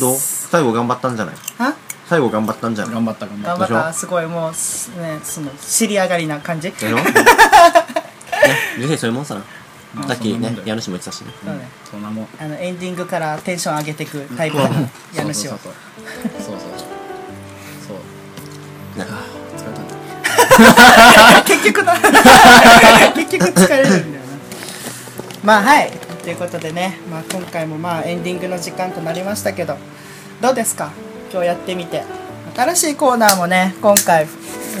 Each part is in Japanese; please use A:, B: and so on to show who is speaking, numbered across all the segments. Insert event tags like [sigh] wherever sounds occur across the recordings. A: どう最後頑張ったんじゃない
B: あ
A: 最後頑張ったんじゃない
C: 頑張った頑張
B: 頑
C: っ
B: 張っ
C: た
A: で
B: たすごいもうすねその尻上がりな感じ、
A: やろね人生そういうもんさ
C: あ
A: なさっき
C: そんな
A: ね
C: もんだよ
A: 家主も言ってたしね
B: そうね
C: そんなもん
B: あのエンディングからテンション上げてくタイプ
A: う
B: の
A: ん
B: 家主を
C: そうそうそうそうそうそう
A: なんか
C: あー疲
B: [laughs] 結
C: れたね
B: 局だ結局疲れるんだよなまあはいということでね、まあ、今回もまあエンディングの時間となりましたけどどうですか今日やってみて新しいコーナーもね今回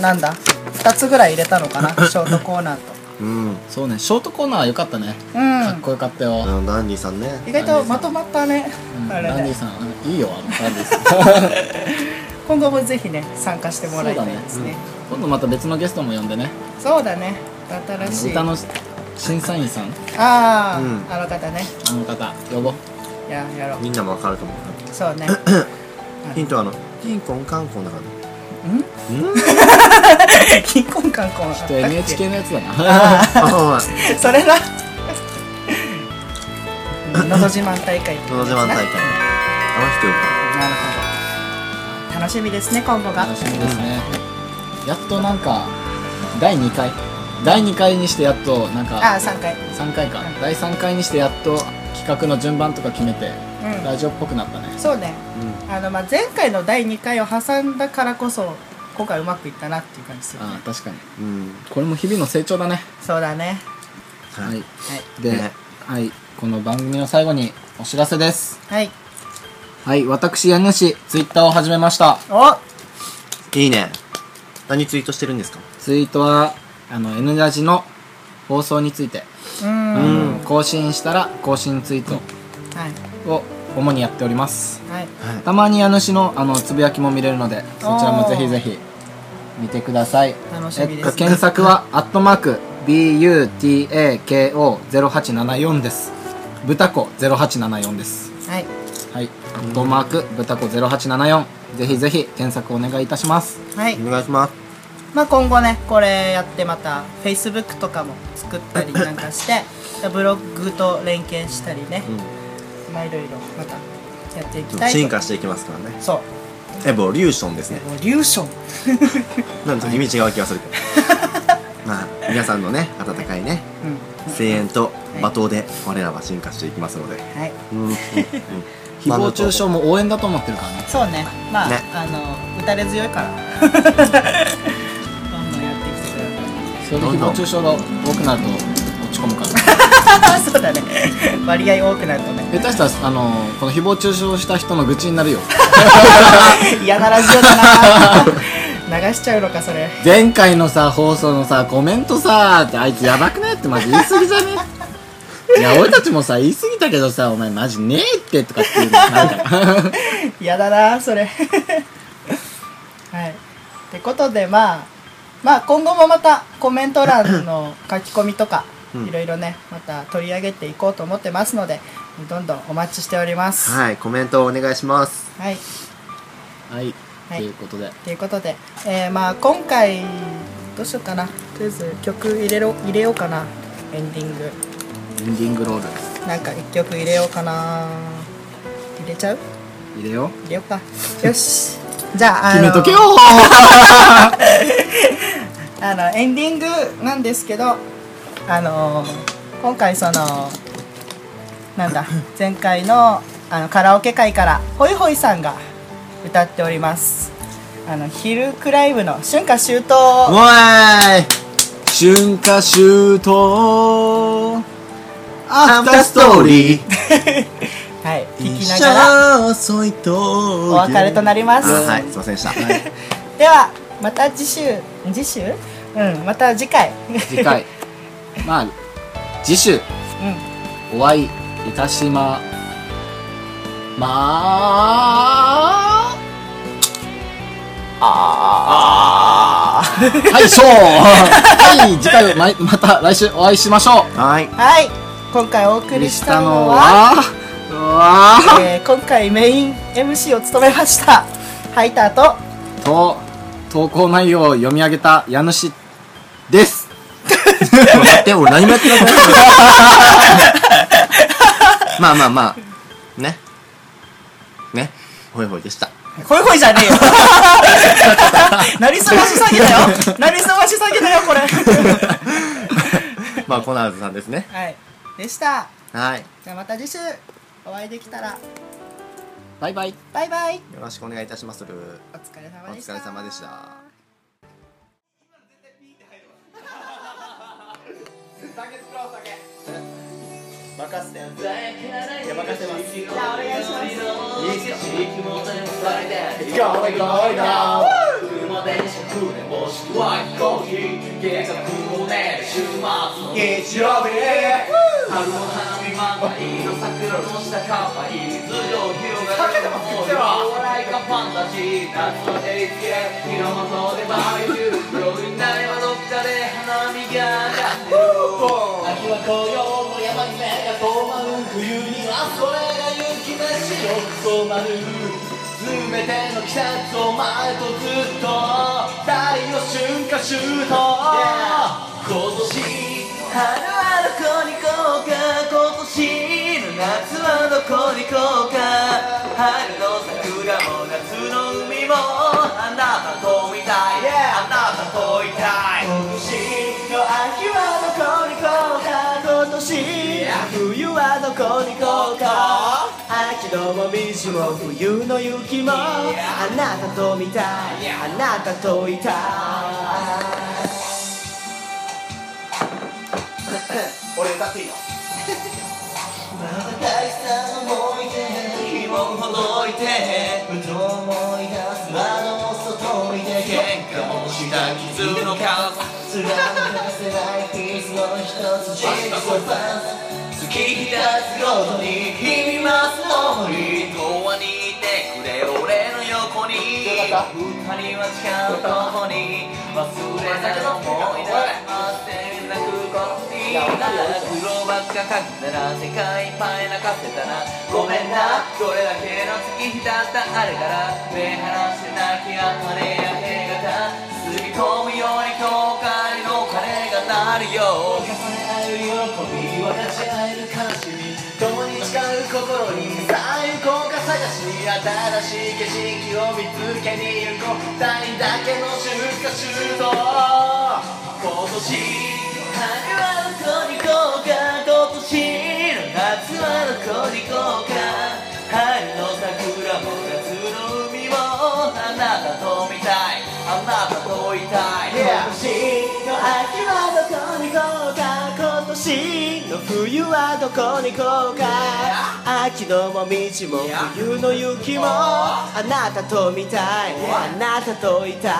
B: なんだ2つぐらい入れたの
C: [laughs]
B: かなショートコーナーと
A: うん
C: そうねショートコーナー良かったね
B: う
C: かっ
B: ん
C: こよかった
A: あ
C: よ
A: のダンディさんね
B: 意外とまとまったね、
C: うん
B: あれ
C: ランディ
B: ね
C: さんうんいいよあのランディさん
B: 今後もぜひね参加してもらいたいですね
C: 今度また別のゲストも呼んでね
B: そうだね新しい
C: 歌の審査員さん
B: ああ、
A: うん
B: あの方ね
C: あの方呼ぼう
B: いややろう
A: みんなもわかると思う
B: そうね
A: ヒントはあのティンコンカンコンだ [laughs] から
B: 貧困感こうあったっ
C: ちょっ
B: け
C: と NHK のやつだ
A: ね
C: な
A: あそうだ
B: それな。のど自慢大会っ
A: 「
B: て
A: のど自慢大会」あの人よ
B: なるほど。楽しみですね、今後が。
C: 楽しみですねやっとなんか第2回第2回にしてやっとなん
B: あ
C: か
B: あ、三回。
C: 3回か
B: うん
C: 第3回にしてやっと企画の順番とか決めて
B: うん
C: ラジオっぽくなったね
B: そうね。
A: う
B: あの、まあ、前回の第二回を挟んだからこそ。今回うまくいったなっていう感じするね。
C: ああ確かに
A: んうん
C: これも日々の成長だね
B: そうだね。
C: はい
B: は
C: で
A: ね
C: はいこの番組の最後にお知らせです
B: い。
C: はい私家主ツイッターを始めました
B: はい。
A: いいね何ツイートしてるんですか
C: ツイートはあの N ラジの放送について
B: お。う
A: う
B: ん。
A: ん
C: 更新したら更新ツイート
B: はい。
C: を主にやっております
B: はい。
A: はい
C: たまに家主のあのつぶやきも見れるのでそちらもぜひぜひ見てください
B: 楽しみですね
C: えっと検索は「アットマーク BUTAKO0874」です豚子0874です
B: はい。
C: はいアットマーク豚子0874ぜひぜひ検索お願いいたします
B: はい。
A: お願いします
B: まあ、今後ねこれやってまた Facebook とかも作ったりなんか
A: [laughs]
B: してブログと連携したりね、まあいろいろまたやっていきたいと
A: 進化していきますからね
B: そう
A: エボリューションですね
B: エボリューション
A: なんと意味違う気がするけど [laughs] まあ皆さんのね温かいね
B: うん
A: 声援と罵倒で我らは進化していきますので
B: はい
A: うんうんうん
C: 誹謗中
A: [laughs]
C: 傷も応援だと思ってるからね
B: そうねまあ
A: ね
B: あの打たれ強いから
A: [laughs]
B: どんどんやってきてくれる
C: それで誹謗中傷が多くなると落ち込むから
B: から [laughs] そうだね割合多くなる
A: [laughs]
B: とね
C: 下手したらあのこの誹謗中傷した人の愚痴になるよ
B: 嫌なラジオだ
A: [laughs]
B: な流しちゃうのかそれ
C: 前回のさ放送のさコメントさってあいつやばくないってマジ言い過ぎじゃねいや俺たちもさ言い過ぎたけどさお前マジねえってとかっていうのなんか
B: やだなそれ [laughs] はいってことでまあまあ今後もまたコメント欄の書き込みとか、
A: うん
B: いろいろねまた取り上げていこうと思ってますのでどんどんお待ちしておりますは
A: はいコメントをお願いします
B: い、
C: はいと
B: はい
C: いうことで
B: ということで、えーまあ今回どうしようかなとりあえず曲入れろ入れようかなエンディング
C: エンディングロール
B: なんか一曲入れようかな入れちゃう
C: 入れよ
B: 入れようかよしじゃああ
C: 決
B: の
C: めとけよ
B: あのエンディングなんですけどあの今回そのなんだ前回のあのカラオケ会からホイホイさんが歌っておりますあのヒルクライブの春夏秋冬
C: おーい春夏秋冬アフターストーリー
B: はい聞きながら
C: 遅いと
B: お別れとなりま
A: あ
B: す、
A: はいすいませんでした
B: ではまた次週次週うんまた次回 [laughs]
C: 次回まあ次週
B: う
C: お会いいたしままああはいそうはい次回ままた来週お会いしましょ
A: はい
B: んはい今回お送
C: う
B: りしたのは
C: はうわ
B: えー今回メイン MC を務めましたハイターと
C: ーと投稿内容を読み上げた家主です
A: 待って俺何もやってなかったまあまあまあねねほいほいでした。
B: ほいほいじゃねえよ [laughs] なりすまし詐欺だよなりすまし詐欺だよ
A: [laughs]
B: これ
A: まあ、コナーズさんですね。
B: はいでした
A: はい。よ
B: じゃあまた次週お会いできたら
C: バイバイ。
B: バイバイ
A: ろしくお願いいたしまする。
B: お疲れ
A: お
B: 様でし
A: 疲
B: た
A: れ様でした。任せていや任せますい
B: お願いします
A: いですか
D: 秋は紅葉も山に目が止まる冬にはそれが雪飯よ染まる全ての季節お前とずっと太陽春夏秋冬、今年春はどこに行こうか今年の夏はどこに行こうか春の桜も夏の海もあなたと見たい、あなたといたい今年の秋はどこに行こうか今年冬はどこに行こうか秋のもみじも冬の雪もあなたと見たいあなたといたい
A: 俺歌っていいの
D: まだ大事な思い出日もほどいてふと思い出す窓の外に出て喧嘩もした傷の数貫かせないピースの一つジグソーパズ月日経つごとに君ますのに永遠にいてくれ俺の横に二人は違うとこに忘れた思い出あってみんな空港に苦労ばっかかけたら世界いっぱい泣かせたなごめんなどれだけの月日だったあれから目離して泣きやまねやけ方吸い込むように後悔の鐘が鳴るよ重ね合う喜び分かち合える悲しみ共に誓う心にさあ行こうか探し新しい景色を見つけに行こう誰だけの春夏秋冬今年春はどこに行こうか今年の夏はどこに行こうか春の桜も夏の海もあなたと見たいあなたといたい、今年の秋はどこに行こうか今年の冬はどこに行こうか秋のもみじも冬の雪もあなたと見たいあなたといたい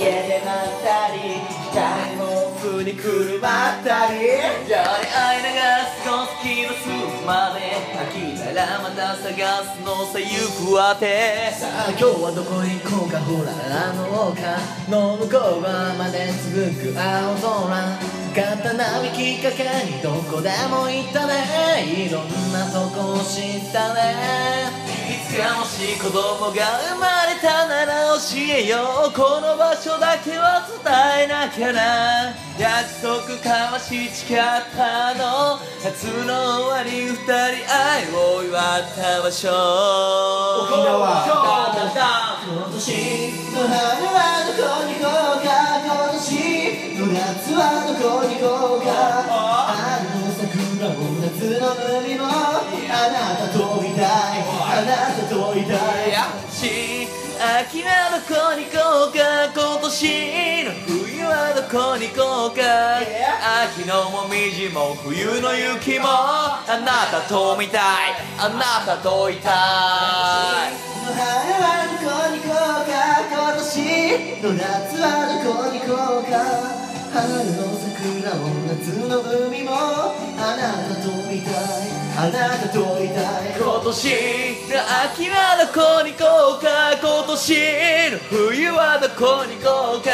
D: 家でまったり誰も風に車ったりじゃれ合いながら過ごす気の済むまで飽きたらまた探すのさ行くわてさあ今日はどこへ行こうかほらあの丘の向こう側まで続く青空刀引きかけにどこでも行ったねいろんなとこを知ったねいつかもし子供が生まれたなら教えようこの場所だけは伝えなきゃな約束交わし誓ったの夏の終わり二人愛を祝った場所沖縄ダンダンダン今年の春はどこに行こうか今年の夏はどこに行こうかあの桜も夏の海もあなたといたいあなたといたいし秋はどこに行こうか今年の冬はどこに行こうか秋のもみじも冬の雪もあなたと見たいあなたといたい春はどこに行こうか今年の夏はどこに行こうか春の桜も夏の海もあなたといたいあなたといたい今年の秋はどこに行こうか今年の冬はどこに行こうか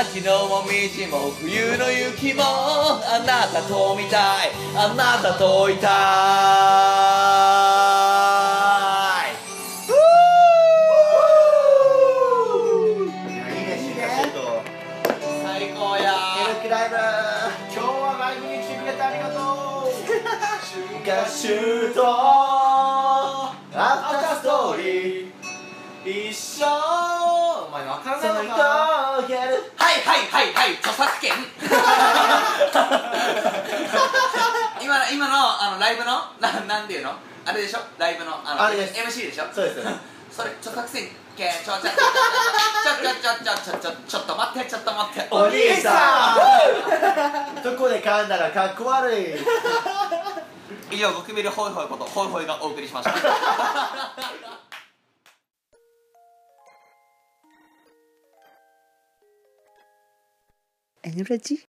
D: 秋のもみじも冬の雪もあなたと見たいあなたといたい
A: いいね、進化してると
D: 最高や
A: エルキライブ今日は
D: [laughs]
A: ライブに来てくれてありがとう
D: 春夏秋冬一生お前わからないのかはいはいはいはい著作
A: [laughs]
D: 権今の今のあのライブのななんていうのあれでしょライブのあの
A: あれです
D: MC でしょ
A: そうですよね
D: それ著作権ちょちょちょちょちょちょちょちょちょちょっと待ってちょっと待って
A: お兄さん [laughs] どこで噛んだらかっこ悪い
D: 以上ゴキブリホイホイことホイホイがお送りしました
B: energy